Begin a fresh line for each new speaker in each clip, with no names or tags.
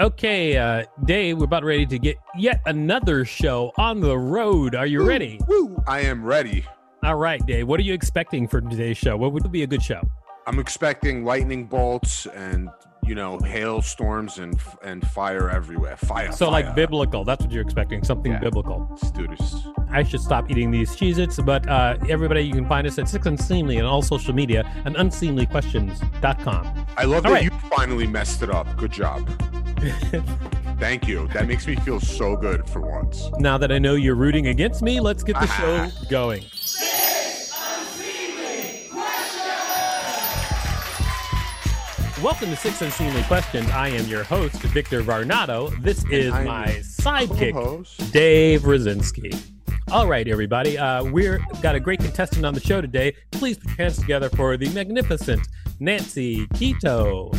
Okay, uh, Dave, we're about ready to get yet another show on the road. Are you ready?
Woo! I am ready.
All right, Dave, what are you expecting for today's show? What would be a good show?
I'm expecting lightning bolts and you know hailstorms and and fire everywhere. Fire.
So, like
fire.
biblical, that's what you're expecting, something
Yeah.
biblical.
Students.
I should stop eating these Cheez Its, but uh, everybody, you can find us at Six Unseemly on all social media and unseemlyquestions.com.
I love
All
that
right.
you finally messed it up. Good job. Thank you. That makes me feel so good for once.
Now that I know you're rooting against me, let's get the show
Ah.
going. Welcome to Six Unseemly Questions. I am your host, Victor Varnado. This is
I'm
my
your
sidekick,
Co-host.
Dave Rosinski. All right, everybody. Uh, we're got a great contestant on the show today. Please put your hands together for the magnificent Nancy Quito.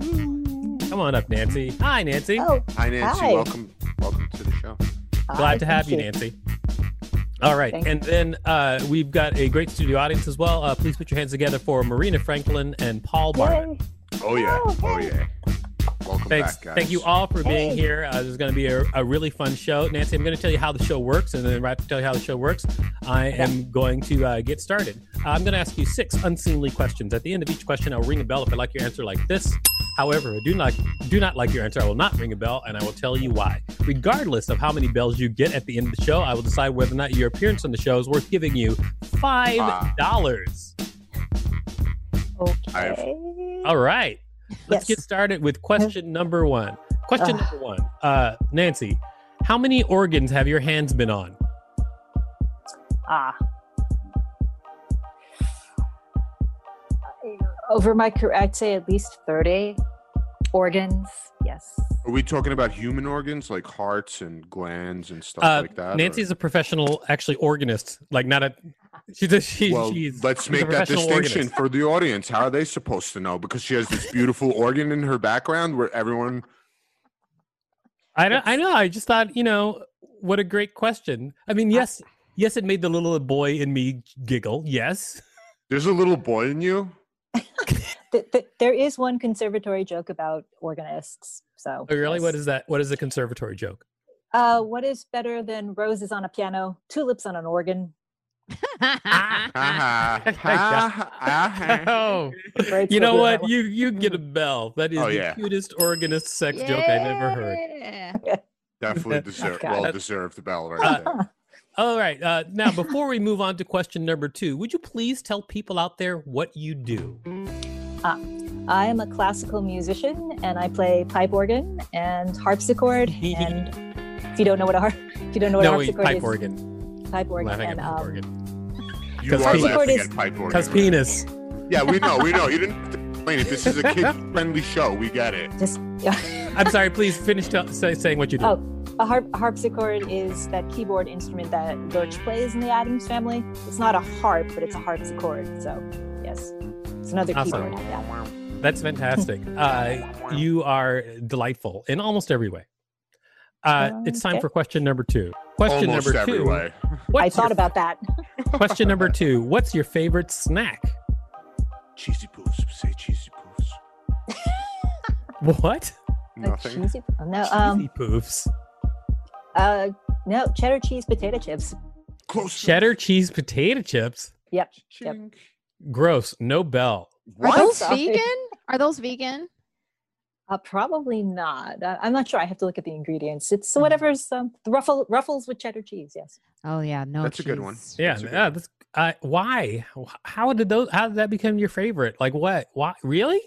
Come on up, Nancy. Hi, Nancy.
Oh,
Hi Nancy.
Hi.
Welcome. Welcome to the show.
Oh, Glad to have you, Nancy. All right,
Thank
and then uh, we've got a great studio audience as well. Uh, please put your hands together for Marina Franklin and Paul Barnett.
Yay.
Oh yeah.
Oh,
Oh
hey.
yeah. Welcome
Thanks.
back, guys.
Thank you all for being
Hey.
here. Uh, this is going to be a, a really fun show. Nancy, I'm going to tell you how the show works, and then right after I tell you how the show works, I am going to uh, get started. I'm going to ask you six unseemly questions. At the end of each question, I'll ring a bell if I like your answer like this. However, I do not do not like your answer. I will not ring a bell, and I will tell you why. Regardless of how many bells you get at the end of the show, I will decide whether or not your appearance on the show is worth giving you
Ah.
five dollars.
I have-
Okay.
All right. Let's
Yes.
get started with question number one. Question
Ugh.
number one. Uh, Nancy, how many organs have your hands been on?
Ah. Over my career, I'd say at least 30 organs. Yes.
Are we talking about human organs like hearts and glands and stuff
Uh,
like that?
Nancy's
or-
a professional, actually, organist. Like, not a. She's a. She,
well,
she's,
let's
she's a
make that
professional
distinction
organist.
for the audience. How are they supposed to know? Because she has this beautiful organ in her background where everyone
I, don't, I know. I just thought, you know, what a great question. I mean, yes, yes, it made the little boy in me giggle. Yes.
there's a little boy in you.
Th- th- there is one conservatory joke about organists. So,
Oh, really? What
yes.
is that? What is a conservatory joke?
Uh, what is better than roses on a piano, tulips on an organ?
Ha
Oh
ha. Ha ha. ha.
Oh.
Right,
You
so
know
the-
what? You you get a bell. That is
Oh,
the
yeah.
cutest organist sex joke I've ever heard.
Yeah.
Definitely deserve
God.
well deserved bell right
Uh,
there.
All right. Uh, now, before we move on to question number two, would you please tell people out there what you do?
I am a classical musician and I play pipe organ and harpsichord. and if you don't know what a harp, if you don't know what a
no, wait,
harpsichord
pipe
is,
organ.
pipe organ,
Laughing
and,
at pipe
um,
organ.
You are
'Cause penis-
laughing
Because
at pipe organ.
Because penis.
Yeah, we know, we know. You didn't have to explain it. This is a kid-friendly show. We get it.
just
I'm sorry. Please finish tell say, saying what you do.
Oh. a harp a harpsichord is that keyboard instrument that Birch plays in the Adams family. It's not a harp, but it's a harpsichord. So yes, it's another
Awesome.
keyboard. Yeah.
That's fantastic. Uh, you are delightful in almost every way. Uh, it's time
Um, Okay.
for question number two. Question
Almost
number two.
every way.
what's
I thought
your-
about that.
question number two. What's your favorite snack?
Cheesy poofs. Say cheesy poofs.
What?
A
Nothing.
cheesy- oh, no, um,
Cheesy poofs.
uh, no, cheddar cheese potato chips.
Close.
Cheddar cheese potato chips.
Yep.
Yep.
Gross. No bell.
What?
Are those
Sorry.
vegan? Are those vegan?
Uh, probably not. I, I'm not sure. I have to look at the ingredients.
Mm.
It's whatever's um, the ruffle, ruffles with cheddar cheese. Yes.
Oh yeah, no.
That's a good one.
cheese.
Yeah,
That's a good
yeah.
one.
That's, uh, why? Wh- How did those? How did that become your favorite? Like what? Why? Really?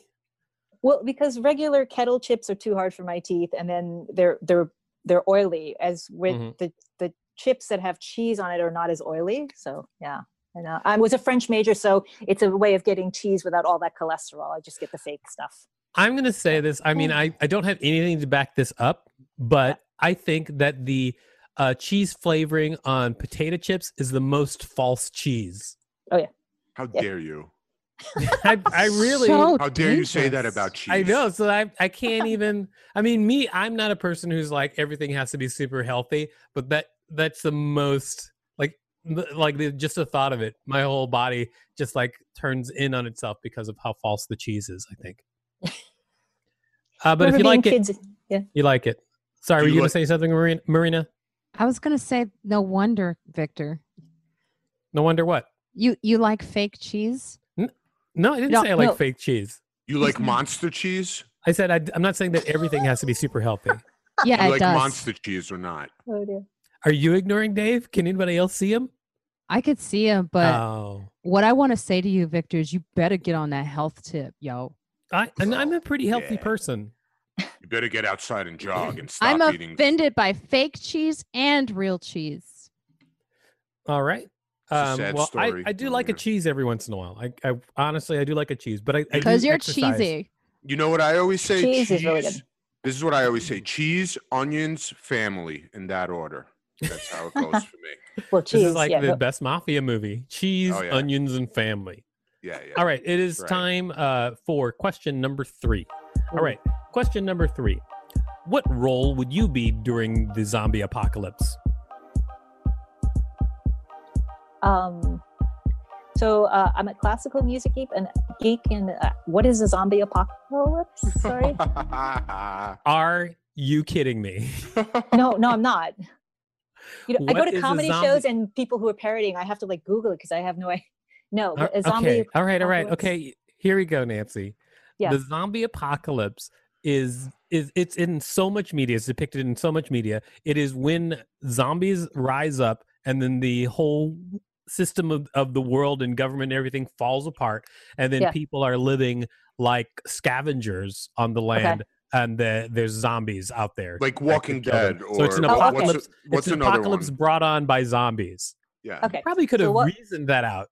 Well, because regular kettle chips are too hard for my teeth, and then they're they're they're oily. As with
Mhm.
the the chips that have cheese on it are not as oily. So yeah, and uh, I was a French major, so it's a way of getting cheese without all that cholesterol. I just get the fake stuff.
I'm going to say this. I mean, I, I don't have anything to back this up, but I think that the uh, cheese flavoring on potato chips is the most false cheese.
How
Yeah.
dare you?
I, I really.
So
How dare you say that about
dangerous.
cheese?
I know. So I, I can't even. I mean, me, I'm not a person who's like everything has to be super healthy, but that that's the most like th- like the, just the thought of it, my whole body just like turns in on itself because of how false the cheese is. I think. Uh, but if
Remember
you like
being
it,
kids-
you like it. Sorry,
Do
were you
you
going to
like-
say something, Marina? Marina?
I was gonna say no wonder, Victor.
No wonder what.
You you like fake cheese?
No, I didn't
No,
say I like
no.
fake cheese.
You like monster cheese?
I said I, am not saying that everything has to be super healthy.
Yeah,
you
it
like
does.
monster cheese or not?
Oh, dear.
Are you ignoring Dave? Can anybody else see him?
I could see him, but
oh.
what I want to say to you, Victor, is you better get on that health tip, yo.
I, and I'm a pretty healthy
Oh, Yeah.
person.
You better get outside and jog and stop
I'm
eating.
offended by fake cheese and real cheese.
All right.
a
Um,
sad
well,
story,
I, I do
but
like a
yeah.
cheese every once in a while. I, I honestly, I do like a cheese, but I I do
Because you're
exercise.
cheesy.
You know what I always say?
Cheese is really good.
Cheese- This is what I always say: cheese, onions, family, in that order. That's how it goes for me.
Well,
This
cheese.
is like
yeah,
the
no-
best mafia movie: cheese,
Oh, yeah.
onions, and family.
Yeah, yeah.
All right, it is
Right.
time uh, for question number three. All right, question number three: What role would you be during the zombie apocalypse?
Um, so uh, I'm a classical music geek, and geek, and uh, what is a zombie apocalypse? Sorry,
Are you kidding me?
no, no, I'm not. You know, I go
What
to
is a
comedy
zombie-
shows and people who are parodying. I have to like Google it because I have no idea. No,
Ar-
a zombie.
Uh, okay. All right. All right.
apocalypse.
Okay. Here we go, Nancy.
Yeah.
The zombie apocalypse is is it's in so much media. It's depicted in so much media. It is when zombies rise up, and then the whole system of, of the world and government and everything falls apart, and then
Yeah.
people are living like scavengers on the land. And the, there's zombies out there.
like
that
Walking
could kill them.
Dead,
so
or
it's an
Oh, okay.
what's a-
apocalypse. it's
What's,
an
another
apocalypse
one?
brought on by zombies.
Yeah.
Okay.
Probably could
So
have
what-
reasoned that out.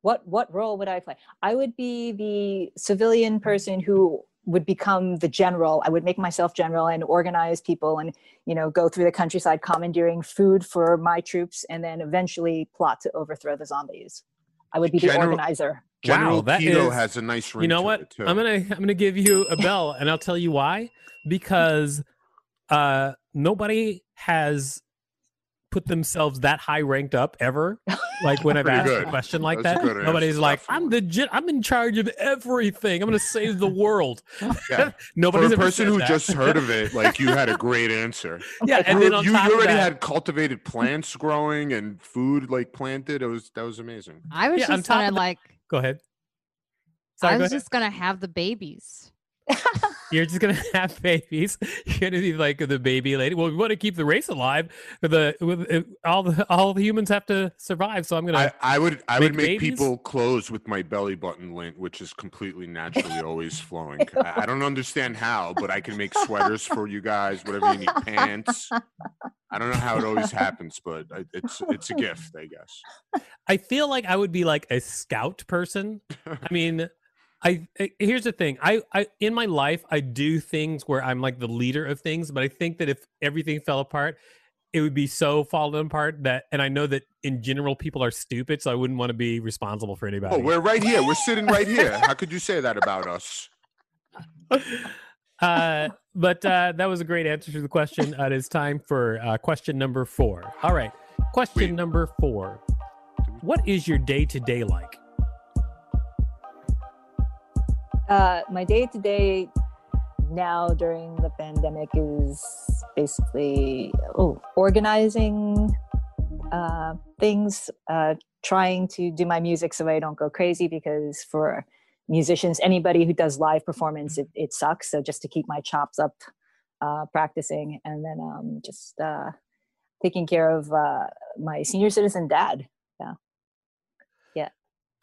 What what role would I play? I would be the civilian person who would become the general. I would make myself general and organize people, and you know, go through the countryside commandeering food for my troops, and then eventually plot to overthrow the zombies. I would be the
General-
organizer.
General
that
Keto
is-
has a nice ring.
you know
to
what
It too.
i'm gonna i'm gonna give you a bell and i'll tell you why because uh nobody has put themselves that high ranked up ever like when i've
Pretty
asked
good.
a question like
That's a
that
good answer,
nobody's like i'm
definitely.
the gen- i'm in charge of everything i'm gonna save the world
Yeah.
nobody's
For a
ever said
person who
that.
just heard of it, like you had a great answer.
yeah
you,
and then on
you, you
top of
already
that-
had cultivated plants growing and food like planted. It was that was amazing.
I was
Yeah, on
just
top
gonna
of the-
like
go ahead Sorry,
I
go
was
ahead.
just gonna have the babies.
You're just gonna have babies. You're gonna be like the baby lady. Well, we want to keep the race alive. The with, uh, all the all the humans have to survive. So I'm gonna.
I, I would I would
make
make
babies?
people close with my belly button lint, which is completely naturally always flowing. I, I don't understand how, but I can make sweaters for you guys, whatever you need, pants. I don't know how it always happens, but I- it's it's a gift, I guess.
I feel like I would be like a scout person. I mean, I, I here's the thing. I, I in my life I do things where I'm like the leader of things, but I think that if everything fell apart, it would be so fallen apart that. And I know that in general people are stupid, so I wouldn't want to be responsible for anybody.
Oh, we're right here. We're sitting right here. How could you say that about us?
uh, but uh, that was a great answer to the question. Uh, it is time for uh, question number four. All right, question
Wait.
number four. What is your day to day like?
Uh, my day to day now during the pandemic is basically oh, organizing uh, things, uh, trying to do my music so I don't go crazy because for musicians, anybody who does live performance, it, it sucks. So just to keep my chops up, uh, practicing, and then um, just uh, taking care of uh, my senior citizen dad.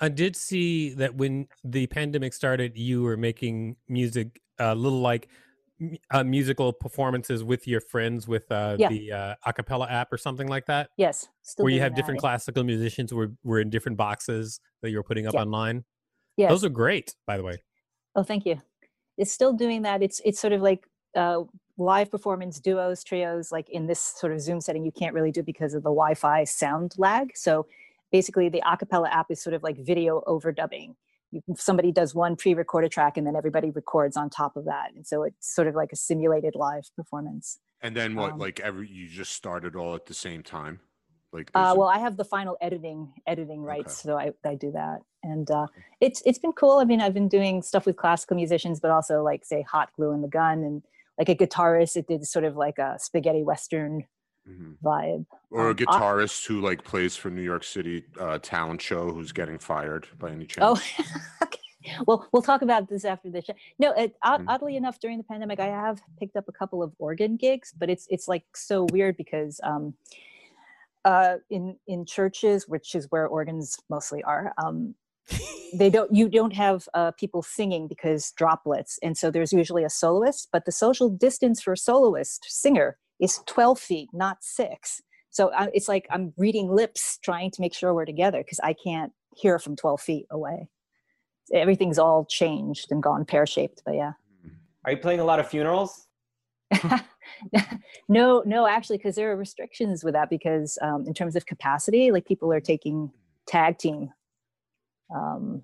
I did see that when the pandemic started, you were making music, a little like m- uh, musical performances with your friends with uh,
Yeah.
the uh, acapella app or something like that,
Yes, still
where you
doing
have
that.
different classical musicians who were, were in different boxes that you were putting up
Yeah.
online.
Yes.
Those are great, by the way.
Oh, thank you. it's still doing that. It's it's sort of like uh, live performance duos, trios, like in this sort of Zoom setting, you can't really do because of the Wi-Fi sound lag. So basically, the acapella app is sort of like video overdubbing. You, somebody does one pre-recorded track, and then everybody records on top of that, and so it's sort of like a simulated live performance.
And then what?
Um,
like every you just started all at the same time. Like
Uh,
there's a-
well, I have the final editing editing rights,
Okay.
so I, I do that, and uh, it's it's been cool. I mean, I've been doing stuff with classical musicians, but also like say Hot Glue and the Gun, and like a guitarist, it did sort of like a spaghetti western
Mhm.
vibe.
or a
um, I-
guitarist who like plays for New York City uh, talent show who's getting fired by any
Oh,
chance?
okay. Well, we'll talk about this after the show. No, it, od-
Mhm.
oddly enough, during the pandemic, I have picked up a couple of organ gigs, but it's it's like so weird because um, uh, in in churches, which is where organs mostly are, um, they don't you don't have uh, people singing because droplets, and so there's usually a soloist, but the social distance for a soloist singer is twelve feet, not six. So I, it's like I'm reading lips, trying to make sure we're together because I can't hear from twelve feet away everything's all changed and gone pear shaped. But yeah,
Mm-hmm.
Are you playing a lot of funerals?
no, no, actually, because there are restrictions with that. Because um, in terms of capacity, like people are taking tag team. Um,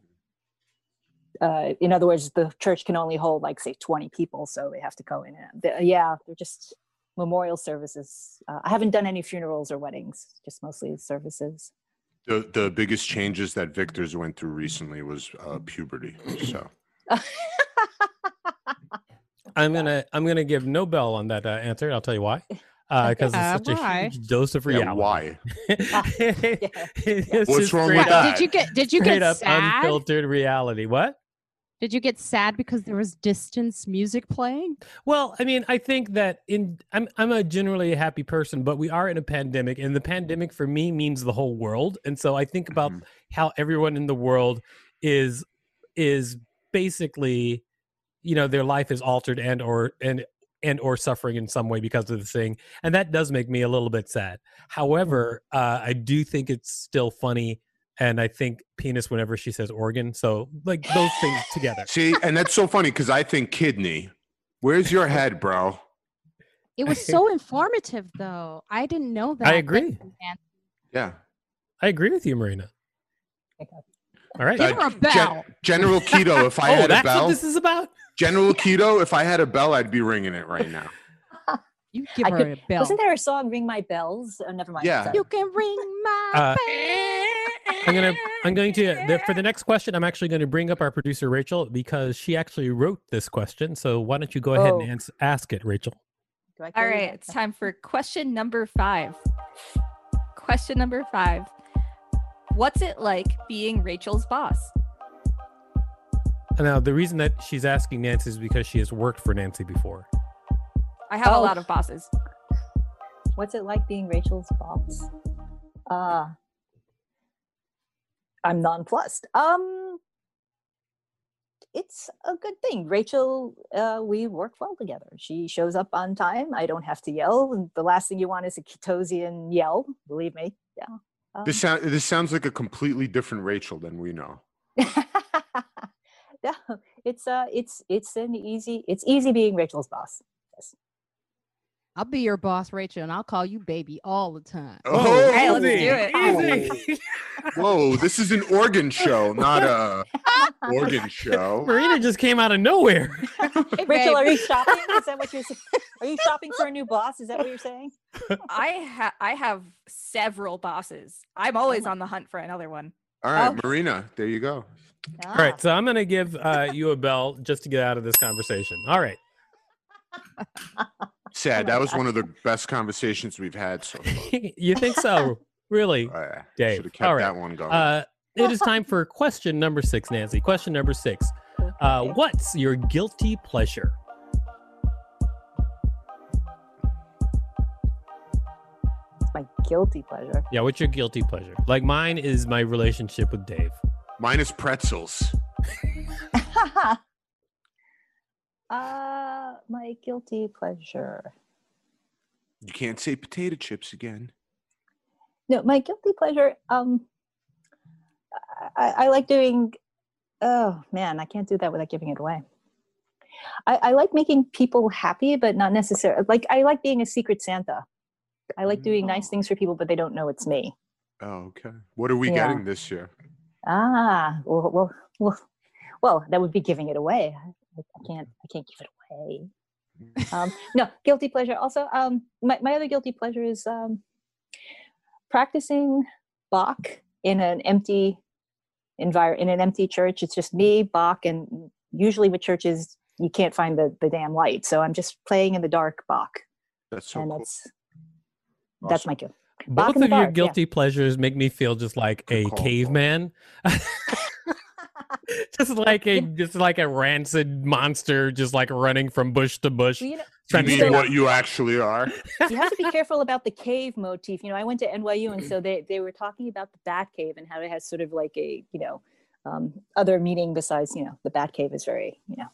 uh, in other words, the church can only hold like say twenty people, so they have to go in. And, the- yeah, they're just memorial services. Uh, I haven't done any funerals or weddings, just mostly services.
The the biggest changes that Victor's went through recently was uh, puberty. So
I'm gonna I'm gonna give no bell on that uh, answer. I'll tell you why. Because
Uh,
it's such
why? Ah,
a huge dose of
yeah,
reality.
why?
It's
What's
just
wrong with
straight up-
that?
Did you get did you
straight
get
up
sad?
unfiltered reality. What?
Did you get sad because there was distance music playing?
Well, I mean, I think that in I'm I'm a generally a happy person, but we are in a pandemic, and the pandemic for me means the whole world. And so I think about
Mhm.
how everyone in the world is is basically, you know, their life is altered and or and and or suffering in some way because of the thing, and that does make me a little bit sad. However, uh, I do think it's still funny, and I think penis whenever she says organ, so like those things together.
See, and that's so funny because I think kidney. Where's your head, bro?
It was so informative though. I didn't know that.
I agree.
Yeah.
I agree with you, Marina. All right.
Give her a
Gen-
bell.
General Keto, if I
oh,
had a
that's
bell,
what this is about.
General Keto, if I had a bell, I'd be ringing it right now.
You give
I
her
could-
a bell.
Wasn't there a song "Ring My Bells"? Oh, never mind.
Yeah.
sorry.
You can ring my
Uh,
bell.
I'm gonna. I'm going to the, for the next question. I'm actually going to bring up our producer Rachel because she actually wrote this question. So why don't you go ahead
Oh.
and ans- ask it, Rachel?
Do I
All
carry
right,
that?
it's time for question number five. Question number five What's it like being Rachel's boss?
Now the reason that she's asking Nancy is because she has worked for Nancy before.
I have
Oh.
a lot of bosses.
What's it like being Rachel's boss? Uh, I'm nonplussed. Um, it's a good thing. Rachel, uh, we work well together. She shows up on time. I don't have to yell. and The last thing you want is a Kitosian yell. Believe me. Yeah. Um,
This sound, this sounds like a completely different Rachel than we know.
no, it's uh, it's it's an easy. It's easy being Rachel's boss.
I'll be your boss, Rachel, and I'll call you baby all the time.
Oh,
right, let's do
easy,
it.
easy. Whoa, this is an organ show, not a organ
Oh.
show.
Marina just came out of nowhere.
Ah.
Rachel,
Hey, babe.
are you shopping? Is that what you're? saying? Are you shopping for a new boss? Is that what you're saying?
I, ha- I have several bosses. I'm always on the hunt for another one.
All right,
Oh.
Marina, there you go.
All right, so I'm going to give uh, you a bell just to get out of this conversation. All right.
Sad.
Oh
my
That was one of the best conversations we've had so far.
you think so? Really?
Uh,
Dave,
Should have kept
all right.
that one going.
Uh, it is time for question number six, Nancy. Question number six. Uh,
Ah, Okay.
what's your guilty pleasure?
It's my guilty pleasure.
Yeah, what's your guilty pleasure? Like mine is my relationship with Dave.
Minus pretzels.
uh, my guilty pleasure.
You can't say potato chips again.
No, my guilty pleasure. Um, I, I- I like doing. Oh man, I can't do that without giving it away. I, I like making people happy, but not necessarily. Like I like being a secret Santa. I like doing
Mm.
nice things for people, but they don't know it's me.
Oh, okay. What are we
Yeah.
getting this year?
Ah, well, well, well, well, that would be giving it away. I, I can't, I can't give it away. Um, no, guilty pleasure. Also, um, my, my other guilty pleasure is um, practicing Bach in an empty environment, in an empty church. It's just me, Bach, and usually with churches you can't find the the damn light, so I'm just playing in the dark Bach,
That's so
and
cool.
that's that's
Awesome.
my guilt. Back
Both
in the
of your
dark, yeah.
guilty pleasures make me feel just like
Good
a
call, Paul.
caveman. just like a just like a rancid monster just like running from bush to bush
You know,
You
trying to
Friends-
mean
figure
what you actually are?
you have to be careful about the cave motif. You know, I went to NYU, and so they they were talking about the bat cave and how it has sort of like a you know um, other meaning besides you know the bat cave is very you know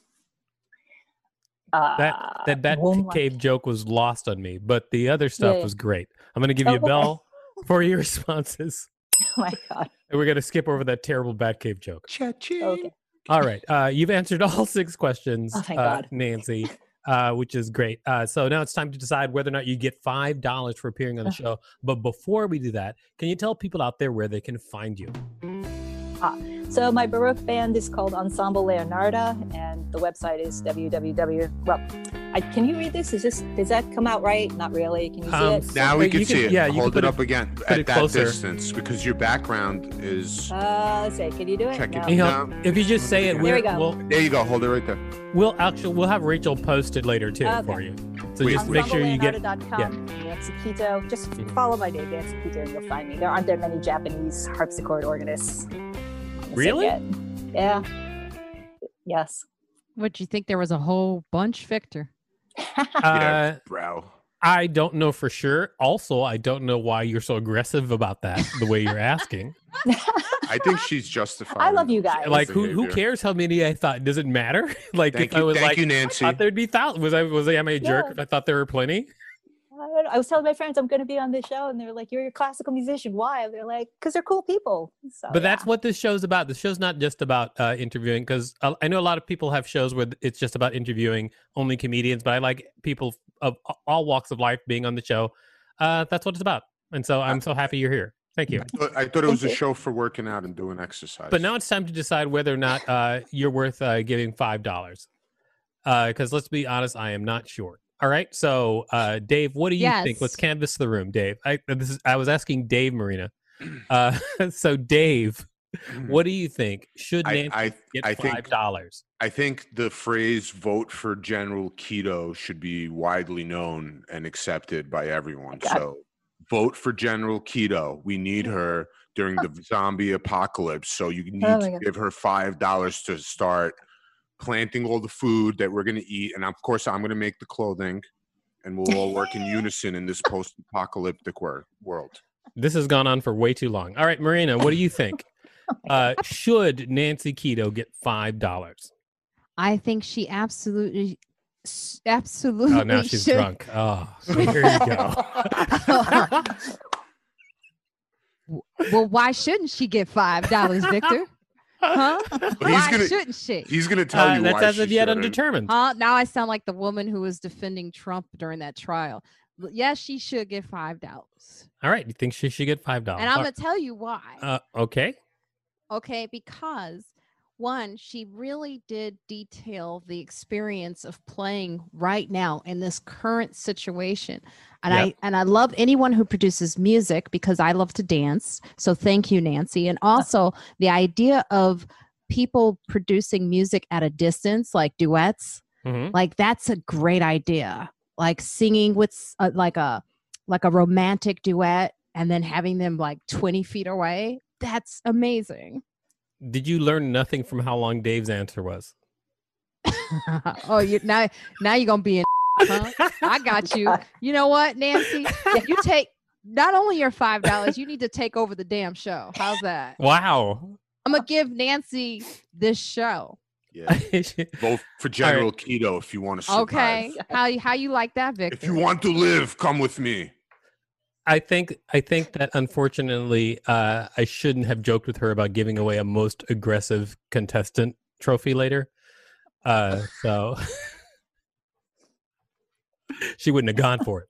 uh,
that that that
womb-like.
cave joke was lost on me, but the other stuff
yeah. Oh.
was great. I'm going to give you a
Okay.
bell for your responses,
Oh my god.
and we're going to skip over that terrible Batcave joke.
Okay.
All right, uh, you've answered all six questions,
Oh, thank
uh,
God.
Nancy, uh, which is great. Uh, so now it's time to decide whether or not you get five dollars for appearing on the
Ugh.
show. But before we do that, can you tell people out there where they can find you?
So my baroque band is called Ensemble Leonarda, and the website is www. Well, I, can you read this? Is this does that come out right? Not really. Can you see
Um,
it?
Now we
You
can,
can-
see it.
yeah, you can
Hold
put
it
it-
up again
it
at that
closer.
distance because your background is
Uh, let's see. Can you do it?
Check it.
No.
You know,
No.
if you just say it,
There
we're,
we go.
we'll
there. You go. Hold it right there.
we'll actually we'll have Rachel post it later too
Okay.
for you. So
Wait,
just make sure you get
EnsembleLeonardo.com, Nancy Quito. Just follow my name, Nancy Quito, and you'll find me. There aren't there many Japanese harpsichord organists. on the scene
Really?
yet. Yeah. Yes.
Would you think there was a whole bunch, Victor?
Uh,
Bro.
I don't know for sure. Also, I don't know why you're so aggressive about that the way you're asking.
I think she's justified.
I love you guys.
like who who
Behavior.
cares how many I thought? Does it matter? like
Thank
if I
you,
was
thank
like
you,
I
Nancy.
thought there'd be thousands. Was I was I am I a jerk
Yeah.
if I thought there were plenty?
I, don't know. I was telling my friends I'm going to be on this show, and they're like, "You're a classical musician. Why?" They're like, "Cause they're cool people." So,
But that's what this show's about. The show's not just about uh, interviewing because I, I know a lot of people have shows where it's just about interviewing only comedians. But I like people of a- all walks of life being on the show. Uh, that's what it's about. And so I'm so happy you're here. Thank you.
But I thought it was a
Thank you.
show for working out and doing exercise.
But now it's time to decide whether or not uh, you're worth uh, giving five dollars. Because let's be honest, I am not sure. All right, so uh, Dave, what do you think? Let's
Yes.
canvass the room, Dave. I this is I was asking Dave Marina. Uh, so Dave, what do you think? Should
Hmm. Mm-hmm. I,
Nancy
I,
get
I think
five dollars?
I think the phrase "vote for General Keto" should be widely known and accepted by everyone.
Okay.
So, vote for General Keto. We need her during the zombie apocalypse. So you need
my
to
God.
give her five dollars to start planting all the food that we're going to eat, and of course, I'm going to make the clothing, and we'll all work in unison in this post-apocalyptic wor- world.
This has gone on for way too long. All right, Marina, what do you think? uh, should Nancy Keto get five dollars?
I think she absolutely, s- absolutely.
Oh, now she's
should.
drunk. Oh, here you go.
Well, why shouldn't she get five dollars, Victor? Huh?
But he's
why
gonna-
shouldn't she?
He's going to tell
Uh,
you
that's
why
as
she
of yet
shouldn't.
undetermined.
Huh? Now I sound like the woman who was defending Trump during that trial. L- Yes, she should get five dollars,
All right, you think she should get five dollars?
and I'm gonna tell you why.
Oh, uh, okay.
Okay, because one, she really did detail the experience of playing right now in this current situation. And
Yeah.
I and I love anyone who produces music because I love to dance. So thank you Nancy. And also the idea of people producing music at a distance like duets
Mhm.
like that's a great idea like singing with s- uh, like a like a romantic duet and then having them like 20 feet away that's amazing
Did you learn nothing from how long Dave's answer was?
oh you now now you're gonna be in huh? i got you you know what nancy you take not only your five dollars you need to take over the damn show how's that
Wow.
i'm gonna give nancy this show
Yeah. Vote for General Keto if you want to survive.
okay how you how you like that victor
If you want to live, come with me.
I think I think that unfortunately uh, I shouldn't have joked with her about giving away a most aggressive contestant trophy later. Uh, so she wouldn't have gone for it.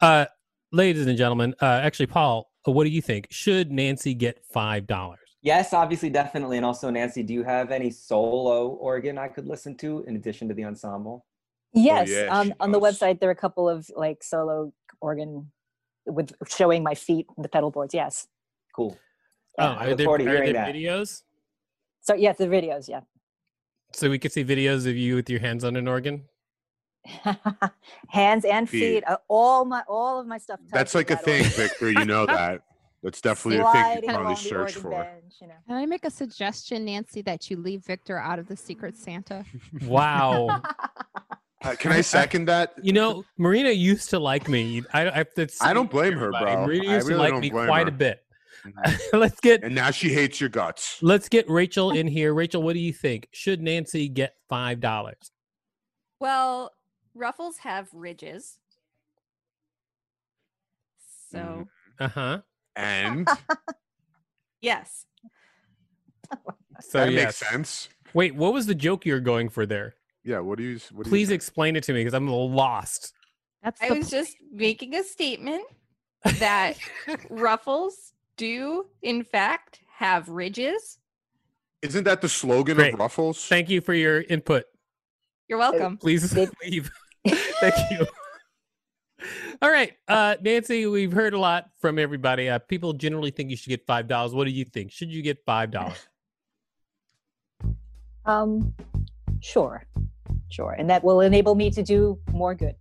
Uh, ladies and gentlemen, uh, actually, Paul, what do you think? Should Nancy get five dollars?
Yes, obviously, definitely. And also, Nancy, do you have any solo organ I could listen to in addition to the ensemble?
Yes,
Oh, yeah,
on,
she
on the
does.
website there are a couple of like solo organ with showing my feet and the pedal boards. Yes.
Cool. Yeah,
Oh,
I
are
look
there,
forward to
are
hearing
there
that.
videos?
So yes, the videos. Yeah.
So we could see videos of you with your hands on an organ.
Hands and
Feet.
feet, uh, all my all of my stuff.
That's
touches
like a
that
thing,
organ.
Victor. You know that. That's definitely a thing
Sliding
you probably
along the
search
organ
for.
bench, you know.
Can I make a suggestion, Nancy, that you leave Victor out of the Secret Santa?
Wow.
Uh, can I second that?
you know, Marina used to like me. I, I, that's-
I don't blame her, bro.
Marina
I
used
really
to like
don't
me
blame
quite
her.
a bit. let's get
Uh, And now she hates your guts.
let's get Rachel in here. Rachel, what do you think? Should Nancy get five dollars?
Well, ruffles have ridges. So,
Mhm.
Uh huh. Oh,
And
yes.
So
that
yes.
makes sense.
Wait, what was the joke you were going for there?
Yeah. What do you? What do you
Please
think?
explain it to me because I'm lost.
That's
I
the
was just making a statement that ruffles do, in fact, have ridges.
Isn't that the slogan
Great.
of Ruffles?
Thank you for your input.
You're welcome.
Please
Did-
leave. Thank you. All right, uh, Nancy. We've heard a lot from everybody. Uh, people generally think you should get five dollars. What do you think? Should you get five dollars?
Um, sure, sure, and that will enable me to do more good.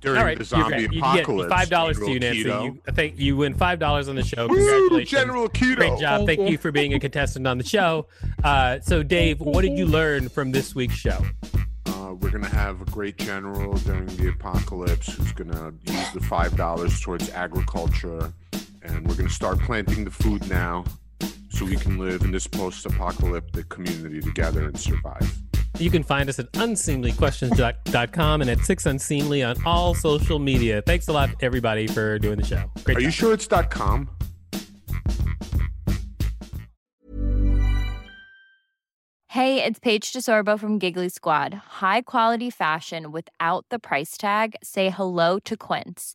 During
All right, you're
the zombie
correct. You get
apocalypse.
five dollars to
General
you, Nancy.
Keto.
You, I think you win five dollars on the show.
Woo,
Congratulations,
General Keto.
Great job. Thank,
Thank
you.
you.
for being a contestant on the show. Uh, so, Dave, what did you learn from this week's show?
Uh, we're gonna have a great general during the apocalypse who's gonna use the five dollars towards agriculture, and we're gonna start planting the food now, so we can live in this post-apocalyptic community together and survive.
You can find us at unseemlyquestions.com and at Six Unseemly on all social media. Thanks a lot, everybody, for doing the show. Great
Are
job.
you sure it's dot .com?
Hey, it's Paige DeSorbo from Giggly Squad. High quality fashion without the price tag. Say hello to Quince.